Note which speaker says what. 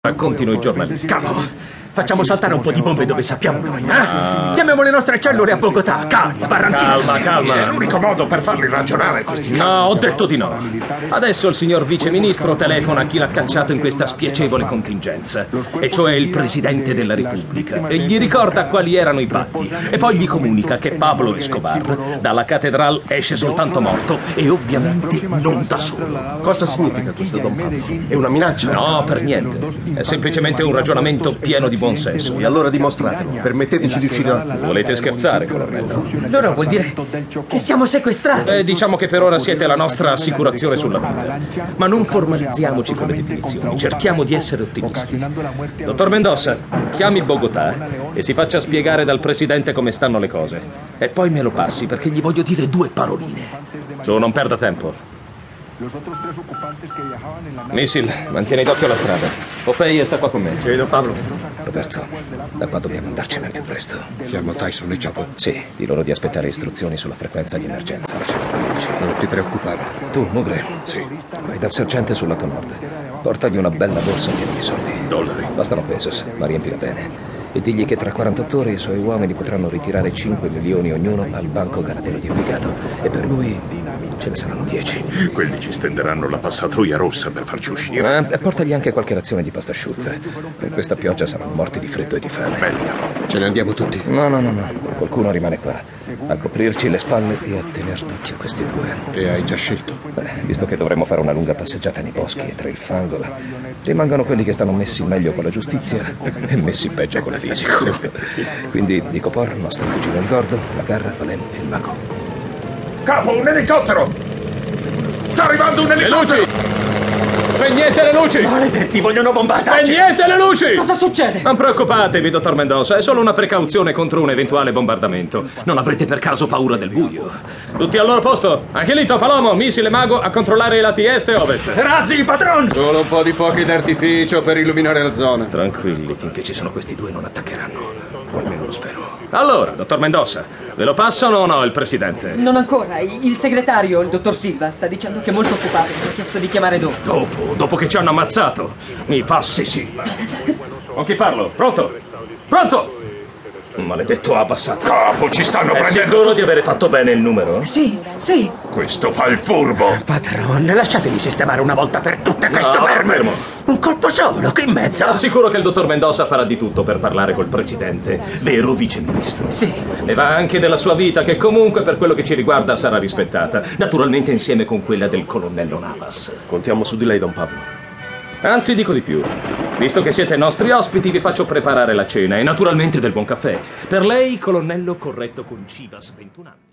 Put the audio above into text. Speaker 1: Racconti noi giornalisti.
Speaker 2: Cavolo! Facciamo saltare un po' di bombe dove sappiamo noi, eh? Chiamiamo le nostre cellule a Bogotà, cani, barranchissimi.
Speaker 1: Calma, calma.
Speaker 3: È l'unico modo per farli ragionare questi cazzi.
Speaker 1: No, ho detto di no. Adesso il signor viceministro telefona a chi l'ha cacciato in questa spiacevole contingenza, e cioè il presidente della Repubblica, e gli ricorda quali erano i patti. E poi gli comunica che Pablo Escobar dalla cattedrale esce soltanto morto e ovviamente non da solo.
Speaker 4: Cosa significa questo Don Pablo? È una minaccia?
Speaker 1: No, per niente. È semplicemente un ragionamento pieno di buonsenso.
Speaker 4: E allora dimostratelo, permetteteci di uscire da qui.
Speaker 1: Volete scherzare, colonnello?
Speaker 2: Allora vuol dire che siamo sequestrati.
Speaker 1: Beh, diciamo che per ora siete la nostra assicurazione sulla vita. Ma non formalizziamoci con le definizioni, cerchiamo di essere ottimisti. Dottor Mendoza, chiami Bogotà eh, e si faccia spiegare dal presidente come stanno le cose. E poi me lo passi perché gli voglio dire due paroline. Su, non perda tempo. Missil, mantieni d'occhio la strada. Popeye sta qua con me.
Speaker 2: Vedo Pablo.
Speaker 1: Roberto, da qua dobbiamo andarcene al più presto.
Speaker 3: Chiamo Tyson e Chapo.
Speaker 1: Sì, di loro di aspettare istruzioni sulla frequenza di emergenza, la 115.
Speaker 3: Non ti preoccupare.
Speaker 1: Tu, Mugre? Sì. Vai dal sergente sul lato nord. Portagli una bella borsa piena di soldi. Dollari. Bastano pesos, ma riempila bene. E digli che tra 48 ore i suoi uomini potranno ritirare 5 milioni ognuno al banco canadero di Envigado. E per lui ce ne saranno 10.
Speaker 3: Quelli ci stenderanno la passatoia rossa per farci uscire.
Speaker 1: Ma Eh, portagli anche qualche razione di pasta asciutta. Con questa pioggia saranno morti di freddo e di fame.
Speaker 3: Meglio. Ce ne andiamo tutti.
Speaker 1: No, no, no, no. Qualcuno rimane qua a coprirci le spalle e a tener d'occhio questi due.
Speaker 3: E eh, hai già scelto.
Speaker 1: Beh, visto che dovremmo fare una lunga passeggiata nei boschi e tra il fango, rimangono quelli che stanno messi meglio con la giustizia e messi peggio col fisico. Quindi dico por, nostro cugino il gordo, la garra, Valen e il mago.
Speaker 3: Capo, un elicottero! Sta arrivando un elicottero!
Speaker 1: Spegnete le luci!
Speaker 2: Maledetti, vogliono bombardarci.
Speaker 1: le luci!
Speaker 2: Cosa succede?
Speaker 1: Non preoccupatevi, dottor Mendoza, è solo una precauzione contro un eventuale bombardamento. Non avrete per caso paura del buio. Tutti al loro posto! Angelito, Palomo, missile mago a controllare i lati est e ovest.
Speaker 2: Razzi, patron!
Speaker 3: Solo un po' di fuochi d'artificio per illuminare la zona.
Speaker 1: Tranquilli, finché ci sono questi due non attaccheranno. O almeno lo spero. Allora, dottor Mendoza, ve lo passano o no il presidente?
Speaker 5: Non ancora, I- il segretario, il dottor Silva, sta dicendo che è molto occupato, mi ha chiesto di chiamare dopo.
Speaker 1: Dopo, dopo che ci hanno ammazzato. Mi passi Silva. Con chi parlo? Pronto? Pronto? Maledetto abbassato.
Speaker 3: Capo, ci stanno
Speaker 1: È Eh, sicuro di aver fatto bene il numero?
Speaker 2: Sì, sì.
Speaker 3: Questo fa il furbo.
Speaker 2: Patron, lasciatemi sistemare una volta per tutte questo
Speaker 1: No,
Speaker 2: verme.
Speaker 1: fermo.
Speaker 2: Un colpo solo, qui in mezzo.
Speaker 1: Assicuro che il dottor Mendoza farà di tutto per parlare col presidente, vero viceministro?
Speaker 2: Sì.
Speaker 1: Ne va anche della sua vita, che comunque per quello che ci riguarda sarà rispettata, naturalmente insieme con quella del colonnello Navas.
Speaker 4: Contiamo su di lei, Don Pablo.
Speaker 1: Anzi, dico di più. Visto che siete nostri ospiti, vi faccio preparare la cena e naturalmente del buon caffè. Per lei, colonnello corretto con Civas 21 anni.